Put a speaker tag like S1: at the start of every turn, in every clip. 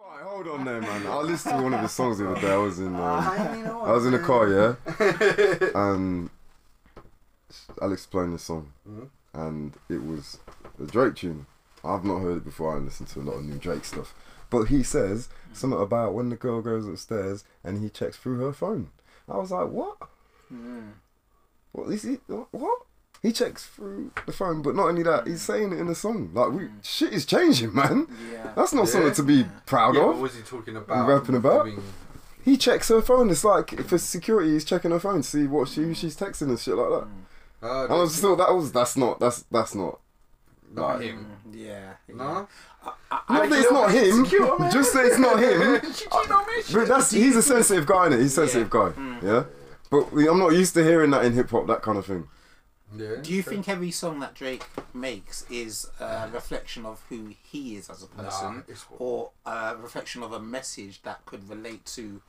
S1: Hold on there, man. I listened to one of his songs the other day. I was in,
S2: Ah.
S1: uh,
S3: hanging on.
S1: I was in the car, yeah, and Alex playing this song,
S2: Mm-hmm.
S3: Mhm.
S1: and it was a Drake tune. I've not heard it before. I listen to a lot of new Drake stuff, but he says something about when the girl goes upstairs and he checks through her phone. I was like, what?
S3: Mm.
S1: What is he? What? He checks through the phone, but not only that, he's saying it in the song. Like, we, shit is changing, man.
S3: Yeah.
S1: That's not something
S2: Mm. Yeah.
S1: to be proud
S2: Yeah,
S1: of.
S2: what was he talking about?
S1: Rapping about?
S2: Doing-
S1: He checks her phone. It's like for security, he's checking her phone to see what she who she's texting and shit like that.
S2: Uh,
S1: And I was just thought that was that's not that's that's not.
S2: not
S1: like-
S2: him.
S3: Yeah.
S2: No?
S1: Not that it's not him.
S3: secure, man.
S1: just say it's not him.
S3: She cheated on me.
S1: But that's he's a sensitive guy, innit? He's a sensitive guy. Yeah. But we- I'm not used to hearing that in hip hop, that kind of thing.
S2: Yeah.
S4: Do you think every song that Drake makes is a reflection of who he is as a person,
S2: it's-
S4: or a reflection of a message that could relate to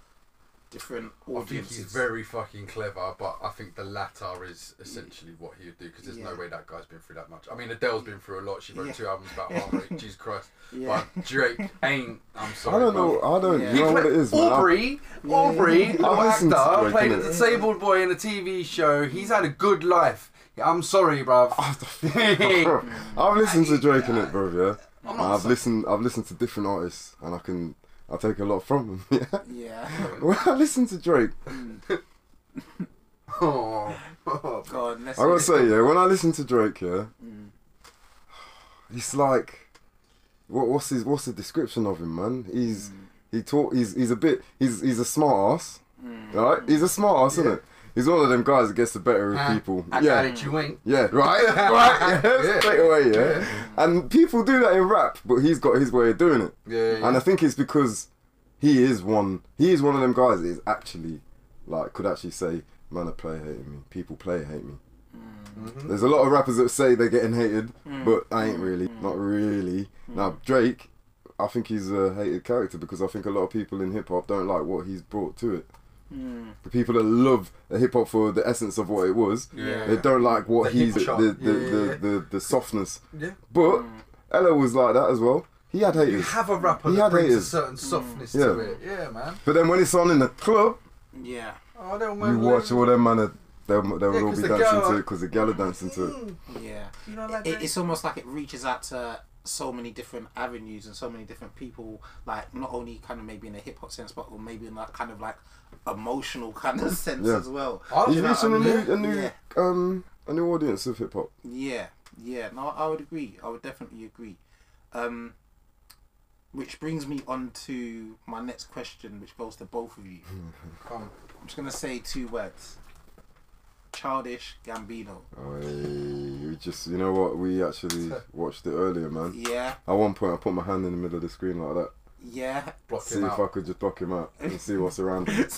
S4: different
S2: I think
S4: audiences?
S2: he's very fucking clever, but I think the latter is essentially what he would do because there's no
S4: Yeah.
S2: way that guy's been through that much. I mean, Adele's been through a lot. She wrote
S4: Yeah.
S2: two albums about heartbreak. Jesus Christ.
S4: Yeah.
S2: But Drake ain't. I'm sorry.
S1: I don't
S2: bro.
S1: know. I don't.
S4: Yeah.
S1: You know
S2: He
S1: what
S2: play-
S1: it is, man. I-
S2: Aubrey, Aubrey, the
S1: I listen to
S2: actor,
S1: Drake,
S2: played a
S1: innit?
S2: disabled boy in a TV show. He's had a good life. Yeah, I'm sorry, bruv.
S1: Bro, I've listened to Drake in it, bro. Yeah,
S2: I'm
S1: And
S2: not
S1: I've
S2: saying-
S1: listened. I've listened to different artists, and I can. I take a lot from them. Yeah.
S4: yeah.
S1: When I listen to Drake,
S2: oh, oh,
S4: God, let's
S1: I gotta say, yeah. When I listen to Drake, yeah, it's like, what, what's his? What's the description of him, man? He's
S2: Mm.
S1: he taught. He's he's a bit. He's he's a smart ass.
S2: Mm.
S1: Right? He's a smart ass, isn't it? He's one of them guys that gets the better of
S2: Huh?
S1: people.
S2: Ah, I
S1: yeah.
S2: got it. You ain't.
S1: Yeah, right, right, yeah,
S2: Yeah.
S1: straight away, yeah. And people do that in rap, but he's got his way of doing it.
S2: Yeah, yeah.
S1: And I think it's because he is one. He is one of them guys that is actually, like, could actually say, "Man, a player hating me. People play hate me."
S2: Mm-hmm.
S1: There's a lot of rappers that say they're getting hated,
S2: Mm.
S1: but I ain't really, not really. Now Drake, I think he's a hated character because I think a lot of people in hip hop don't like what he's brought to it.
S2: Mm.
S1: The people that love hip hop for the essence of what it was,
S2: Yeah.
S1: they don't like what
S2: The
S1: he's
S2: hip chop.
S1: the the,
S2: Yeah, Mm. yeah, yeah.
S1: the, the the softness.
S2: Yeah.
S1: But Ella was like that as well. He had
S2: You
S1: haters.
S2: have a rapper
S1: He
S2: that
S1: had
S2: brings
S1: haters.
S2: a
S4: Mm.
S2: certain softness to
S1: Yeah.
S2: it. Yeah, man.
S1: But then when it's on in the club,
S4: Yeah.
S2: Oh, don't
S1: you watch all them man. are- They they will all
S2: 'cause
S1: be
S2: the
S1: dancing
S2: girl-
S1: to it because the gal are dancing to it.
S4: Yeah.
S2: Mm, You know, like
S4: It, it's almost like it reaches out to so many different avenues and so many different people, like not only kind of maybe in a hip hop sense, but maybe in that kind of like emotional kind of sense
S1: Yeah.
S4: as well.
S2: I
S1: He's
S2: don't know,
S1: reaching a
S2: I mean,
S1: new a new
S4: Yeah.
S1: um a new audience of hip hop.
S4: Yeah, yeah. No, I would agree. I would definitely agree. Um, which brings me on to my next question, which goes to both of you.
S1: Hmm.
S2: Come.
S4: I'm just gonna say two words. Childish Gambino.
S1: Oh, hey, we just you know what we actually watched it earlier, man.
S4: Yeah,
S1: At one point, I put my hand in the middle of the screen like that,
S4: yeah.
S2: block
S1: see
S2: him
S1: if
S2: out.
S1: I could just block him out and see what's around, him,
S4: That's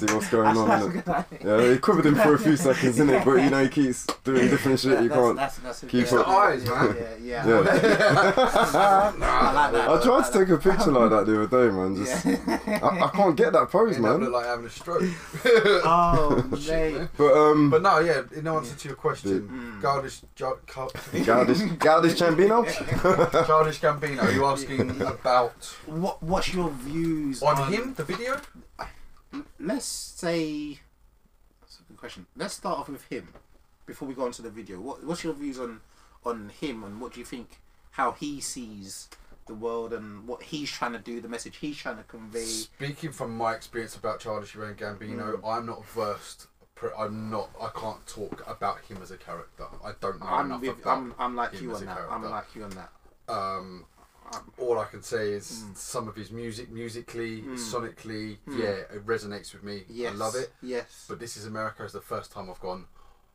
S1: see what's going on.
S4: that's a
S1: innit?
S4: good idea.
S1: Yeah, it covered him for a few seconds, innit? But you know, he keeps doing different shit. You
S4: That's-
S1: can't.
S4: That's, that's a-
S1: keep
S4: yeah,
S1: up.
S2: The eyes, man.
S4: Yeah, yeah.
S1: Yeah.
S4: I like that.
S1: I tried to take a picture like that the other day, man. Just
S4: Yeah.
S1: I, I can't get that pose,
S2: End up
S1: man.
S2: look like having a stroke.
S4: oh, mate.
S1: But um,
S2: but no, yeah. In answer to your
S4: Mm.
S2: question, childish, jo- cul-
S1: Galdish, Galdish Chambino.
S2: childish Gambino. You asking about
S4: What, what's your views
S2: on him? The video?
S4: let's say that's a good question. Let's start off with him before we go on to the video. What, what's your views on on him and what do you think how he sees the world and what he's trying to do, the message he's trying to convey?
S2: Speaking from my experience about Childish and Gambino,
S4: Mm.
S2: I'm not versed. pr- I'm not. I can't talk about him as a character. I don't know
S4: I'm
S2: enough
S4: with,
S2: about.
S4: I'm, I'm like
S2: him
S4: you
S2: as
S4: on
S2: a
S4: that. I'm
S2: character.
S4: like you on that.
S2: um, all I can say is
S4: Hmm.
S2: some of his music, musically, sonically, yeah, it resonates with me.
S4: Yes,
S2: I love it.
S4: Yes.
S2: But this is America is the first time I've gone.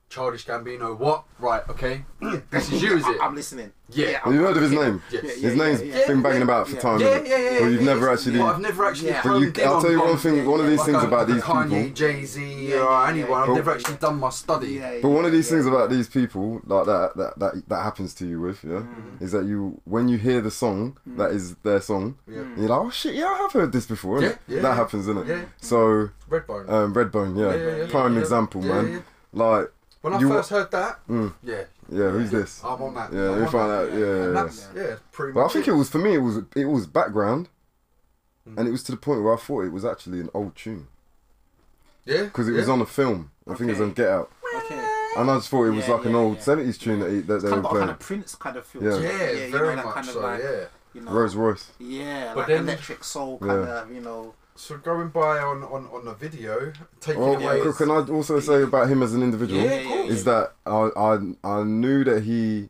S2: Childish Gambino, what? Right, okay. this is you, is it?
S4: I'm listening.
S2: Yeah.
S1: Have you heard of his name?
S2: Yes.
S4: Yeah,
S1: His name's
S4: yeah, yeah.
S1: been banging about for
S4: Yeah.
S1: time.
S2: Yeah,
S1: innit?
S2: yeah, yeah,
S1: But you've
S2: yeah,
S1: never
S2: yeah.
S1: actually.
S2: But I've never actually.
S4: Yeah.
S1: But you,
S2: honed in
S1: I'll
S2: on
S1: tell you one
S2: one-
S1: thing. One of
S4: yeah,
S1: these
S2: like
S1: things
S2: a-
S1: about
S2: a
S1: these
S2: Kanye,
S1: people. Oh.
S2: Jay Z,
S4: Yeah,
S2: or
S4: yeah,
S2: anyone.
S4: yeah.
S2: I've never actually done my study.
S4: Yeah, yeah,
S1: But one of these
S4: yeah.
S1: things about these people, like that, that that that happens to you with,
S4: Mm.
S1: yeah,
S2: Mm.
S1: is that you when you hear the song that is their song,
S2: Yeah.
S1: you're like, oh shit, yeah, I have heard this before. innit?
S2: Yeah, yeah.
S1: That happens, isn't it?
S2: Yeah.
S1: So
S2: Redbone.
S1: um, Redbone, yeah,
S2: Yeah, yeah, yeah.
S1: prime
S2: Yeah.
S1: example,
S2: Yeah,
S1: man.
S2: yeah.
S1: Like,
S2: when I
S1: you-
S2: first heard that,
S1: Mm.
S2: yeah, Oh,
S1: yeah, who's this?
S2: I'm on that.
S1: Yeah,
S2: I'm
S1: we
S2: on
S1: found
S2: that.
S1: out. Yeah.
S2: And
S1: yeah, yeah.
S2: that's, yeah, pretty
S1: But I
S2: much
S1: think it was for me. It was it was background.
S2: Mm.
S1: and it was to the point where I thought it was actually an old tune
S2: Yeah,
S1: because it was
S2: yeah.
S1: on a film. I think it was on
S4: Okay.
S1: Get Out,
S4: Okay.
S1: and I just thought it was
S4: Yeah,
S1: like an
S4: yeah,
S1: old
S4: yeah.
S1: seventies tune that, he, that they
S4: Kind
S1: were
S4: of got a kind
S1: playing.
S4: of Prince kind of feel.
S1: Yeah.
S4: to it.
S2: Yeah,
S4: you know,
S2: very
S4: that
S2: much
S4: kind of
S2: so.
S4: like,
S2: yeah.
S4: you know,
S1: Rose Royce.
S4: yeah,
S2: But
S4: like
S2: then-
S4: electric soul
S1: Yeah.
S4: kind of, you know.
S2: So going by on on on the video, taking
S1: Well,
S2: away.
S1: c- can I also say about him as an individual?
S4: Yeah, yeah,
S1: Is that I, I I knew that he,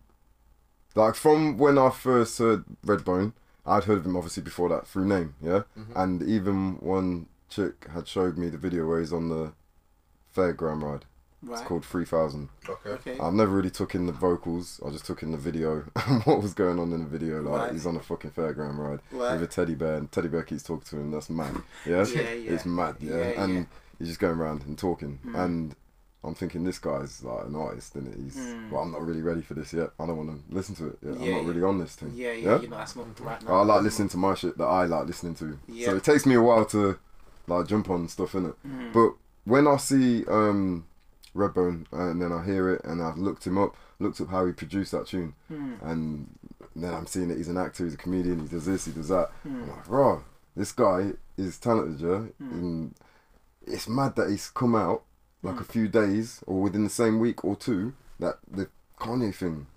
S1: like from when I first heard Redbone, I'd heard of him obviously before that through name, yeah.
S4: Mm-hmm.
S1: And even one chick had showed me the video where he's on the fairground ride.
S4: Right.
S1: It's called Three Thousand.
S2: Okay.
S4: Okay.
S1: I've never really took in the vocals. I just took in the video and what was going on in the video. Like
S4: Right.
S1: he's on a fucking fairground ride
S4: Right.
S1: with a teddy bear, and teddy bear keeps talking to him. That's mad. Yeah,
S4: Yeah, yeah.
S1: it's mad. Yeah,
S4: Yeah,
S1: and
S4: yeah. Mm.
S1: he's just going around and talking. And I'm thinking this guy's like an artist, and he's. Well, I'm not really ready for this yet. I don't want to listen to it. Yet. I'm
S4: Mm. Yeah,
S1: not
S4: yeah.
S1: really on this thing.
S4: yeah, yeah, you know, that's not right
S1: I
S4: now.
S1: like listening to my shit that I like listening to.
S4: Yeah.
S1: So it takes me a while to like jump on stuff in it.
S4: Hmm,
S1: But when I see um Redbone uh, and then I hear it and I've looked him up, looked up how he produced that tune,
S4: hmm,
S1: and then I'm seeing that he's an actor, he's a comedian, he does this, he does that.
S4: hmm.
S1: I'm like, raw, this guy is talented, yeah. And it's mad that he's come out like a few days or within the same week or two that the Kanye thing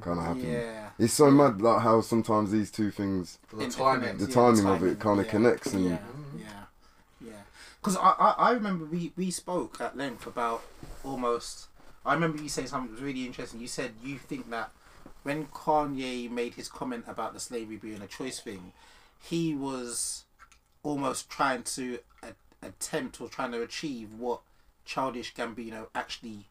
S1: kind of happened.
S4: Yeah.
S1: It's so mad like how sometimes these two things,
S2: The
S4: Interconnect,
S2: timing.
S1: The
S4: yeah,
S1: timing of it
S4: timing,
S1: kinda connects and-
S4: yeah, yeah, yeah. Because I, I, I remember we, we spoke at length about almost. I remember you saying something that was really interesting. You said you think that when Kanye made his comment about the slavery being a choice thing, he was almost trying to a- attempt or trying to achieve what Childish Gambino actually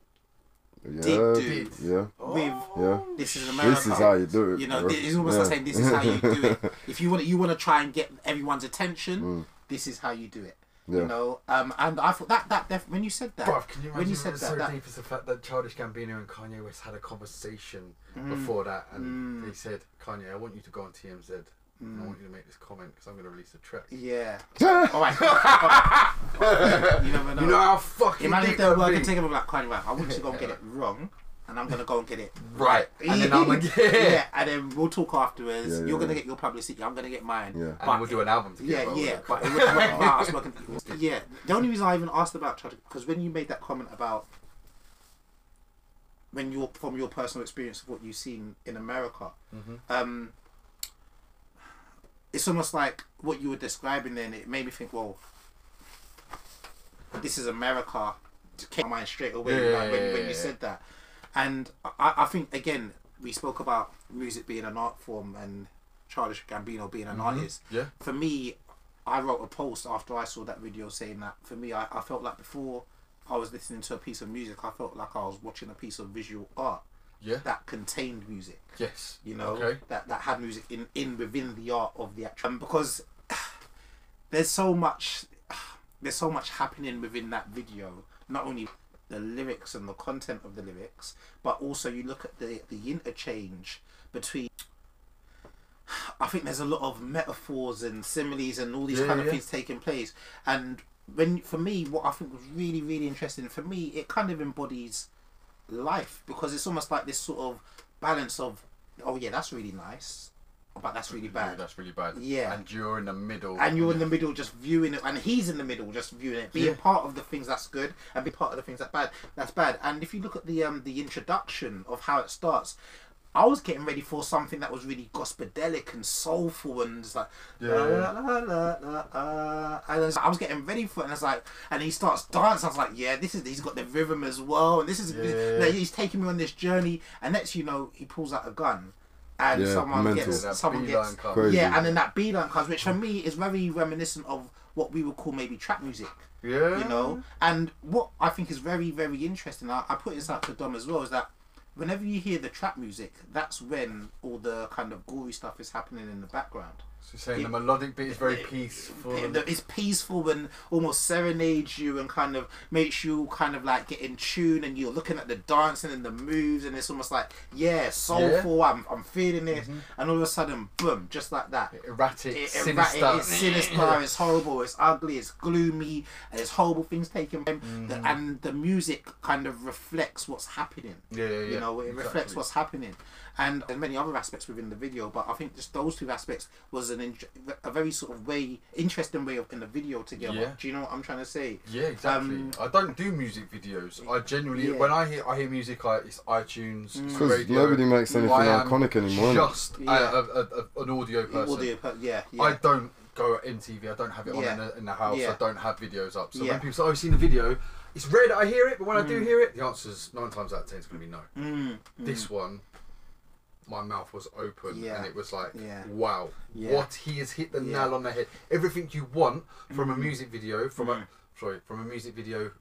S1: yeah,
S4: Did do.
S1: yeah,
S4: with
S2: Oh.
S1: yeah.
S4: this is America.
S1: This is how you do it.
S4: You know,
S1: bro.
S4: thi- it's almost
S1: yeah.
S4: like saying this is how you do it. If you want, you want to try and get everyone's attention. This is how you do it.
S1: Mm. Yeah.
S4: You know, um, and I thought that that def- when you said that,
S2: Bruv, can you
S4: when
S2: imagine
S4: you said
S2: it's
S4: that,
S2: so
S4: that
S2: deep as the fact that Childish Gambino and Kanye West had a conversation
S4: Mm.
S2: before that, and he said, "Kanye, I want you to go on TMZ. And I want you to make this comment because I'm going to release a track."
S4: Mm. yeah.
S1: Yeah.
S4: All right. you never know.
S2: You know how fucking
S4: Imagine if
S2: deep
S4: they were
S2: that would
S4: working
S2: be?
S4: together like Kanye. Right, I want you to go and get it wrong, and I'm gonna go and get it
S2: right? And then I'm like, yeah,
S4: yeah, and then we'll talk afterwards.
S1: Yeah, yeah,
S4: You're gonna
S1: yeah.
S4: get your publicity. I'm gonna get mine.
S1: Yeah. And
S2: and we'll do an album
S4: Yeah,
S2: together. Well,
S4: yeah,
S2: look.
S4: but it was about us working. Yeah, the only reason I even asked about Chadwick because when you made that comment about when you're from your personal experience of what you've seen in America,
S2: Mm-hmm.
S4: um, it's almost like what you were describing. Then it made me think, well, this is America. It Came to my mind straight away
S2: Yeah,
S4: like, when,
S2: yeah,
S4: when
S2: yeah,
S4: you
S2: yeah.
S4: said that, and I, I think again we spoke about music being an art form and Childish Gambino being an artist
S2: yeah.
S4: for me, I wrote a post after I saw that video saying that for me, I, I felt like before I was listening to a piece of music, I felt like I was watching a piece of visual art
S2: yeah,
S4: that contained music.
S2: yes,
S4: You know,
S2: okay,
S4: that that had music in in within the art of the actual. And because there's so much, there's so much happening within that video. Not only the lyrics and the content of the lyrics, but also you look at the the interchange between. I think there's a lot of metaphors and similes and all these
S2: Yeah,
S4: kind of
S2: yeah.
S4: things taking place. And when for me, what I think was really really interesting for me, it kind of embodies life because it's almost like this sort of balance of oh yeah that's really nice but that's really
S2: Yeah,
S4: bad
S2: that's really bad.
S4: Yeah.
S2: and you're in the middle,
S4: and you're in the middle just viewing it and he's in the middle just viewing it being
S2: Yeah.
S4: part of the things that's good and be part of the things that bad that's bad and if you look at the um the introduction of how it starts I was getting ready for something that was really gospedelic and soulful and just like
S2: Yeah,
S4: la,
S2: yeah.
S4: la, la, la, la, and I was, I was getting ready for it and it's like and he starts dancing I was like yeah this is he's got the rhythm as well and this is
S2: Yeah.
S4: like, he's taking me on this journey and next you know he pulls out a gun and
S1: Yeah,
S4: someone
S1: mental.
S2: That
S4: gets someone
S2: beeline
S4: gets
S2: comes.
S1: Crazy.
S4: yeah, and then that beeline comes, which for me is very reminiscent of what we would call maybe trap music.
S2: yeah,
S4: You know, and what I think is very, very interesting. I, I put this out to Dom as well is that whenever you hear the trap music, that's when all the kind of gory stuff is happening in the background.
S2: So you're saying the melodic bit is very peaceful.
S4: It- It's peaceful and almost serenades you and kind of makes you kind of like get in tune and you're looking at the dancing and the moves and it's almost like yeah soulful I'm, I'm feeling this and all of a sudden boom just like that
S2: erratic,
S4: it, it,
S2: sinister.
S4: it's sinister, it's horrible, it's ugly, it's gloomy, and there's horrible things taking place. The-
S2: Mm-hmm.
S4: and the music kind of reflects what's happening.
S2: Yeah, yeah, yeah,
S4: You know, it reflects
S2: exactly.
S4: what's happening. and there's many other aspects within the video, but I think just those two aspects was an in- a very sort of way interesting way of in the video together.
S2: Yeah.
S4: Do you know what I'm trying to say?
S2: Yeah, exactly.
S4: Um,
S2: I don't do music videos. I genuinely,
S4: Yeah. Mm.
S2: when I hear I hear music, I, it's iTunes, it's
S1: Because
S2: radio.
S1: nobody makes anything
S2: I am
S1: iconic anymore. innit?
S2: Just a-
S4: Yeah.
S2: a, a, a, an audio person.
S4: Audio, per- yeah, yeah.
S2: I don't go at MTV. I don't have it on
S4: Yeah.
S2: in, the, in the house.
S4: Yeah.
S2: I don't have videos up. So
S4: Yeah.
S2: when people say, "Oh, I've seen the video," it's rare that I hear it. But when I do hear it, the answer's nine times out of ten is going to be no.
S4: Mm,
S2: This one, my mouth was open,
S4: Yeah.
S2: and it was like,
S4: Yeah.
S2: "Wow,
S4: Yeah.
S2: what he has hit the
S4: Yeah. Mm.
S2: nail on the head." Everything you want from a music video, from a sorry, from a music video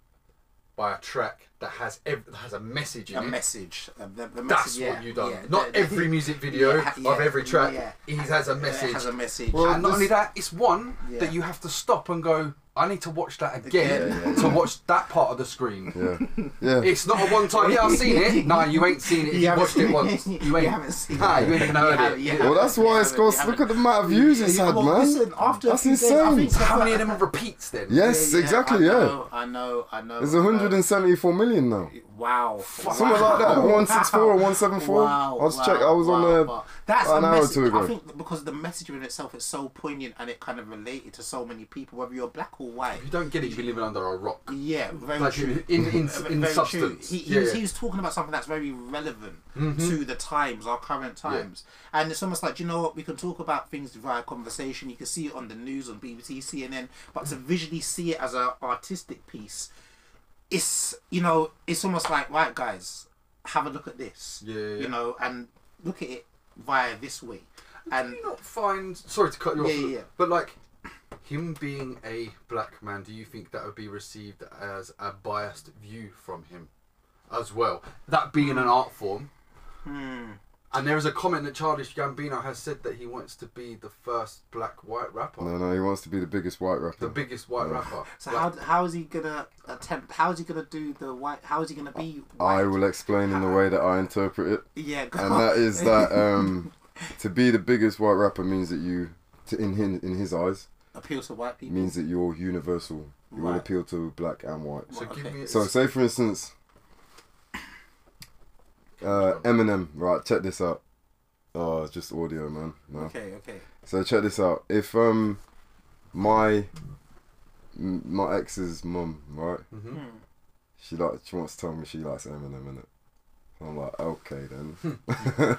S2: by a track that has ev- that has a message in
S4: a
S2: it.
S4: message. uh, the- the
S2: That's
S4: message, yeah,
S2: what you done.
S4: yeah.
S2: Not
S4: The-
S2: every music video
S4: Yeah, yeah,
S2: of every track.
S4: yeah.
S2: He has a
S4: Yeah,
S2: message.
S4: It has a message.
S1: Well,
S2: And not
S1: This-
S2: only that, it's one
S4: Yeah.
S2: that you have to stop and go. I need to watch that again
S1: Yeah, yeah,
S2: to watch that part of the screen.
S1: Yeah.
S2: It's not a one time. Yeah, I've seen it. No, you ain't seen it. You,
S4: haven't-
S2: watched it once. You ain't.
S4: You haven't seen
S2: Nah,
S4: it.
S2: you ain't even heard
S4: You
S2: it.
S4: haven't- you
S1: Well, that's why
S4: haven't-
S1: it's
S4: you
S1: got.
S4: haven't-
S1: Look at the amount of views it's
S4: Yeah,
S1: had,
S4: well,
S1: man.
S4: listen, after a
S1: That's
S4: few days, I
S1: insane.
S4: think-
S2: How many of them have repeats then?
S1: Yes, exactly.
S4: I
S1: Yeah.
S4: know, I know. I know.
S1: There's
S4: I know.
S1: 174 million now.
S4: Wow.
S1: Something like that.
S4: Wow.
S1: 164 or 174.
S4: Wow,
S1: I was
S4: wow,
S1: check. I was on
S4: wow,
S1: there
S4: wow. That's
S1: an
S4: the
S1: hour or
S4: message.
S1: two ago.
S4: I think that because the message in itself is so poignant and it kind of related to so many people, whether you're black or white.
S2: If you don't get it, you've been living under a rock.
S4: Yeah, very
S2: Like
S4: true.
S2: in in, in,
S4: Very
S2: in
S4: true.
S2: substance.
S4: He, he,
S2: yeah,
S4: was,
S2: yeah. Mm-hmm.
S4: he was talking about something that's very relevant to the times, our current times. And it's almost like, do you know what, we can talk about things via conversation. You can see it on the news, on BBC, CNN, but to visually see it as an artistic piece, it's, you know, it's almost like, right, guys, have a look at this.
S2: Yeah, yeah, yeah.
S4: You know, and look at it via this way.
S2: Do
S4: And
S2: you not find? Sorry to cut you off.
S4: Yeah, yeah, yeah.
S2: But like him being a black man, do you think that would be received as a biased view from him as well? That being an
S4: Hmm.
S2: art form. And there is a comment that Childish Gambino has said that he wants to be the first black white rapper,
S1: No, no, he wants to be the biggest white rapper.
S2: the biggest white rapper.
S4: so
S2: Like,
S4: how, how is he gonna attempt? How is he gonna do the white? How is he gonna be?
S1: I
S4: white?
S1: will explain in the way that I interpret it,
S4: Yeah, go
S1: and
S4: on.
S1: that is that um, to be the biggest white rapper means that you, to, in him, in his eyes,
S4: appeals to white people.
S1: means that you're universal. You will
S4: Right.
S1: appeal to black and white.
S2: so give me.
S1: So, say for instance, uh, Eminem. Right, check this out. Oh, it's just audio, man. No.
S4: Okay, okay.
S1: So check this out. If um, my m- my ex's mum, right?
S2: Mhm.
S4: Hmm.
S1: She like she wants to tell me she likes Eminem, innit? I'm like, okay then.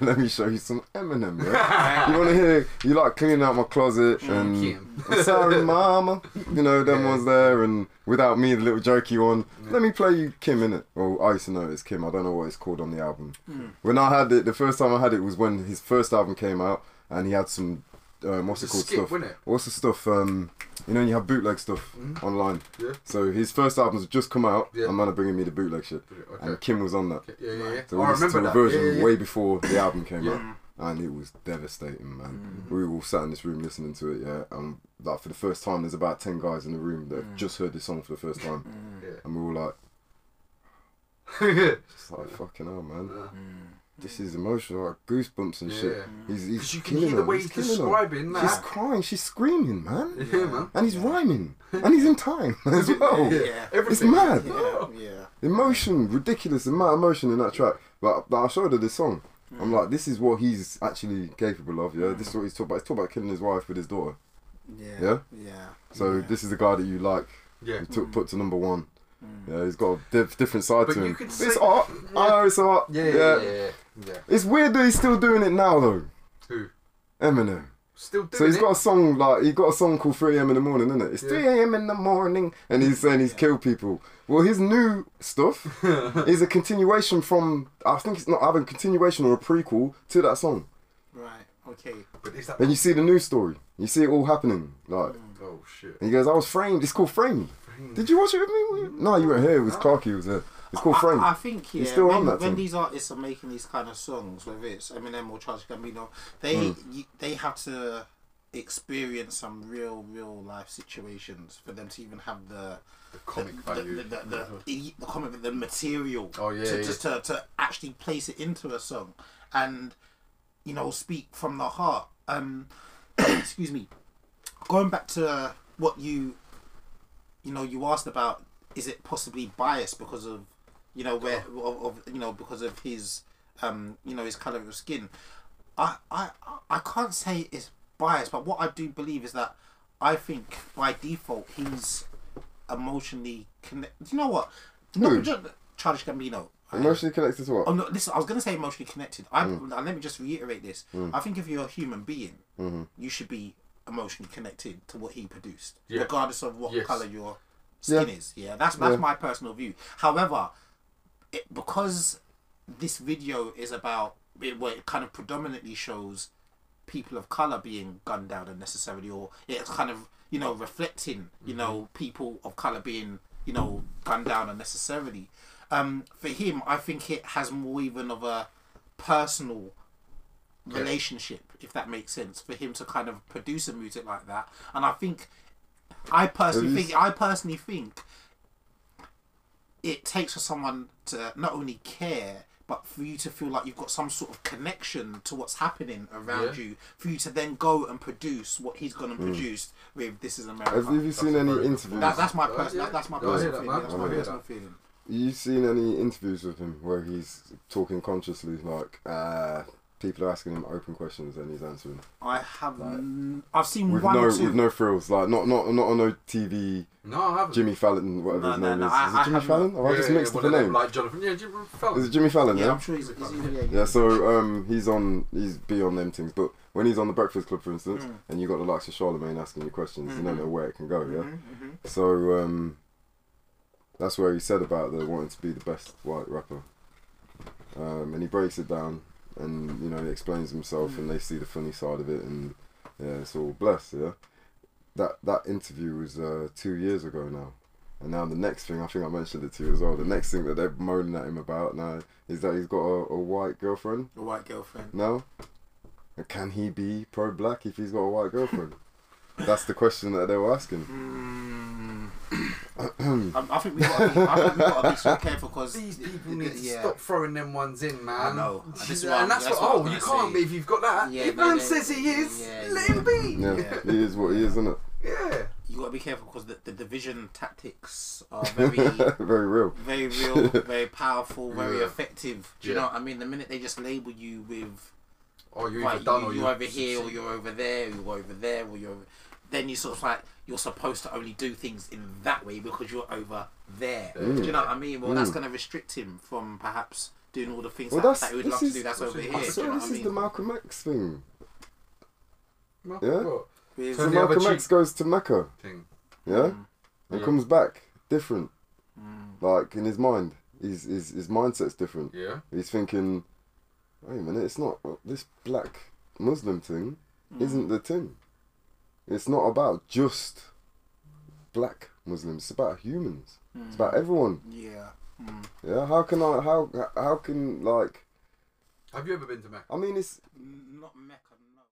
S1: Let me show you some Eminem,
S4: Hmm.
S1: yeah? you want to hear? You like cleaning out my closet and.
S2: Kim.
S1: I'm sorry, mama. You know, them
S2: Mm, Yeah.
S1: ones there, and without me, the little jokey one. Let me play you Kim innit? Well, I used to know it's Kim. I don't know what it's called on the album.
S4: Hmm.
S1: When I had it, the first time I had it was when his first album came out, and he had some, um, what's it
S2: It's a
S1: called?
S2: skip,
S1: stuff.
S2: wasn't it?
S1: What's the stuff? Um, you know, you have bootleg stuff online.
S2: Mm-hmm. Yeah.
S1: So his first album's just come out,
S2: Yeah.
S1: and man are bringing me the bootleg shit.
S2: Okay.
S1: And Kim was on that.
S2: Yeah, yeah, yeah.
S1: So we
S2: I
S1: listened to
S2: remember
S1: a
S2: that.
S1: version
S2: yeah, yeah, yeah.
S1: way before the album came
S2: Yeah. Mm-hmm.
S1: out, and it was devastating, man. We all sat in this room listening to it, yeah, and like for the first time, there's about ten guys in the room that
S2: Mm.
S1: have just heard this song for the first time,
S2: Yeah.
S1: and we were all like,
S2: yeah. Uh,
S1: it's like fucking hell, man.
S4: Hmm.
S1: This is emotional, like goosebumps and shit.
S2: Yeah.
S1: He's, he's
S2: Because you can
S1: killing
S2: hear the
S1: her,
S2: way
S1: he's
S2: he's
S1: killing her.
S2: describing
S1: She's
S2: that.
S1: crying, she's screaming, man,
S2: Yeah, man.
S1: and he's rhyming, and he's in time as well.
S4: Yeah.
S1: It's
S2: Everything.
S1: mad.
S4: Yeah, yeah.
S1: Emotion, ridiculous amount of emotion in that track. Like, like I showed her this song. I'm like, this is what he's actually capable of. Yeah, this is what he's talking about. He's talking about killing his wife with his daughter.
S4: Yeah.
S1: Yeah?
S4: Yeah.
S1: So this is the guy that you like.
S2: Yeah.
S1: You took put to number one.
S4: Hmm.
S1: Yeah, he's got a diff- different side
S2: But
S1: to
S2: you
S1: him.
S2: could
S1: It's
S2: say-
S1: art. I know it's art.
S2: Yeah, yeah, yeah, yeah, yeah.
S1: It's weird that he's still doing it now though.
S2: Who?
S1: Eminem.
S2: Still doing
S1: So he's
S2: it?
S1: got a song like he got a song called 3 a.m. in the morning, isn't it? It's
S2: Yeah.
S1: 3 a.m. in the morning, and he's saying he's killed people. Well, his new stuff is a continuation from I think it's not either a continuation or a prequel to that song.
S4: Right. Okay.
S2: But is that?
S1: And you see the news story, you see it all happening. Like
S2: Oh shit!
S1: and he goes, "I was framed." It's called Framed. Did you watch it with me? Were you- No, you weren't here. It was Clarky. It was there. It's called Framed.
S4: I, I think yeah.
S1: He's still
S4: when,
S1: on that
S4: when
S1: thing.
S4: these artists are making these kind of songs, whether it's Eminem or Charles Gambino, they
S1: Hmm.
S4: you, they have to experience some real real life situations for them to even have the
S2: The comic
S4: the,
S2: value.
S4: the, the, e, the, the comic the material
S2: Oh, yeah,
S4: to
S2: yeah.
S4: just to, to actually place it into a song and you know speak from the heart um excuse me going back to what you you know you asked about is it possibly biased because of you know where of, of you know because of his um, you know, his colour of skin. I, I, I can't say it's biased, but what I do believe is that I think by default he's emotionally connected. You know what?
S1: Who?
S4: Not just Childish Gambino.
S1: Emotionally connected to what?
S4: Oh no! Listen, I was going to say emotionally connected. I now, let me just reiterate this. I think if you're a human being, you should be emotionally connected to what he produced,
S2: Yeah.
S4: regardless of what
S2: Yes.
S4: color your skin
S1: Yeah.
S4: is. Yeah, that's that's
S1: Yeah.
S4: my personal view. However, it, because this video is about it, where it kind of predominantly shows people of color being gunned down unnecessarily, or it's kind of you know reflecting you know people of color being you know gunned down unnecessarily. Um, for him, I think it has more even of a personal relationship, if that makes sense, for him to kind of produce a music like that. And I think, I personally
S1: Is-
S4: think, I personally think it takes for someone to not only care but for you to feel like you've got some sort of connection to what's happening around
S2: Yeah.
S4: you for you to then go and produce what he's going to produce with this is america
S1: Hmm. Have you seen any interviews?
S4: that, that's my
S2: Oh,
S4: personal
S2: yeah.
S4: that's my
S2: Oh, I hear
S4: personal
S2: that,
S4: feeling
S2: man.
S4: that's
S2: I
S4: my
S2: hear
S4: personal
S2: that.
S4: feeling
S1: You seen any interviews with him where he's talking consciously, like uh, people are asking him open questions and he's answering
S4: i have n- i've seen
S1: with
S4: one
S1: no
S4: or two
S1: with no frills, like not not not on no TV.
S2: No, I haven't.
S1: Jimmy Fallon, whatever
S4: No,
S1: his
S4: no,
S1: name
S4: no,
S1: is.
S4: I-
S1: is it
S4: I
S1: Jimmy
S4: haven't-
S1: Fallon? Have I
S2: Yeah,
S1: just
S2: yeah,
S1: mixed
S2: one
S1: up the
S2: of them,
S1: name?
S2: Like Jonathan. Yeah, Jimmy
S1: Is it
S2: Fallon.
S1: Jimmy Fallon?
S4: oh. yeah,
S1: Yeah.
S4: i'm sure he's, he's yeah, yeah.
S1: Yeah, so um, he's on, he's be on them things, but when he's on the Breakfast Club, for
S4: Mm.
S1: instance,
S4: Mm-hmm.
S1: and you got the likes of Charlemagne asking you questions, you don't know where it can go, Oh, yeah.
S4: Mm-hmm.
S1: So um, that's where he said about the wanting to be the best white rapper, um, and he breaks it down, and you know he explains himself, and they see the funny side of it, and yeah, it's all blessed, yeah. That that interview was uh, two years ago now. And now the next thing, I think I mentioned it to you as well. The next thing that they're moaning at him about now is that he's got a, a white girlfriend.
S4: a white girlfriend
S1: No. And Can he be pro black if he's got a white girlfriend? That's the question that they were asking.
S2: Mm.
S4: Um, I, I think we've got to be so careful because
S2: These people need to
S4: yeah.
S2: stop throwing them ones in, man.
S4: I know. And this is
S2: and
S4: what I'm-
S2: that's,
S4: that's
S2: what.
S4: what I
S2: Oh,
S4: was
S2: you
S4: gonna
S2: can't
S4: say.
S2: if you've got that.
S4: Yeah,
S2: if
S4: they-
S2: man
S4: they-
S2: says he is,
S4: yeah,
S2: let
S4: yeah.
S2: him be.
S1: Yeah,
S4: Yeah.
S1: it is what it is, isn't it?
S2: Yeah.
S4: you got to be careful because the, the division tactics are very
S1: Very real.
S4: very real, very powerful, very
S2: Yeah.
S4: effective. Do you
S2: Yeah.
S4: know what I mean? The minute they just label you with
S2: Oh, you're
S4: right,
S2: either done
S4: you,
S2: or
S4: you're over here or
S2: succeed.
S4: you're over there, you're over there or you're, then you sort of like you're supposed to only do things in that way because you're over there. Do you know what I mean? Well, that's going to restrict him from perhaps doing all the things
S1: Mm. Well, that's-
S4: that, that he would
S1: this
S4: love
S1: is-
S4: to do. That's
S2: this
S4: over
S2: is-
S4: here.
S2: I
S4: Do
S1: So
S4: you know
S1: this
S4: what
S1: is
S4: I mean?
S1: the Malcolm X thing.
S2: Well,
S1: Yeah.
S2: well,
S4: With-
S2: So
S1: So
S2: the other
S1: Malcolm
S2: cheek-
S1: X goes to Mecca,
S2: thing.
S1: yeah,
S4: Mm.
S1: and
S2: Yeah.
S1: comes back different. Like in his mind, his his, his mindset's different.
S2: Yeah.
S1: He's thinking, wait a minute, it's not uh, this black Muslim thing.
S4: Mm.
S1: Isn't the thing? It's not about just black Muslims. It's about humans. It's about
S4: Mm.
S1: everyone.
S4: yeah.
S1: Yeah, how can I? How how can like?
S2: Have you ever been to Mecca?
S1: I mean, it's
S4: N- Not Mecca.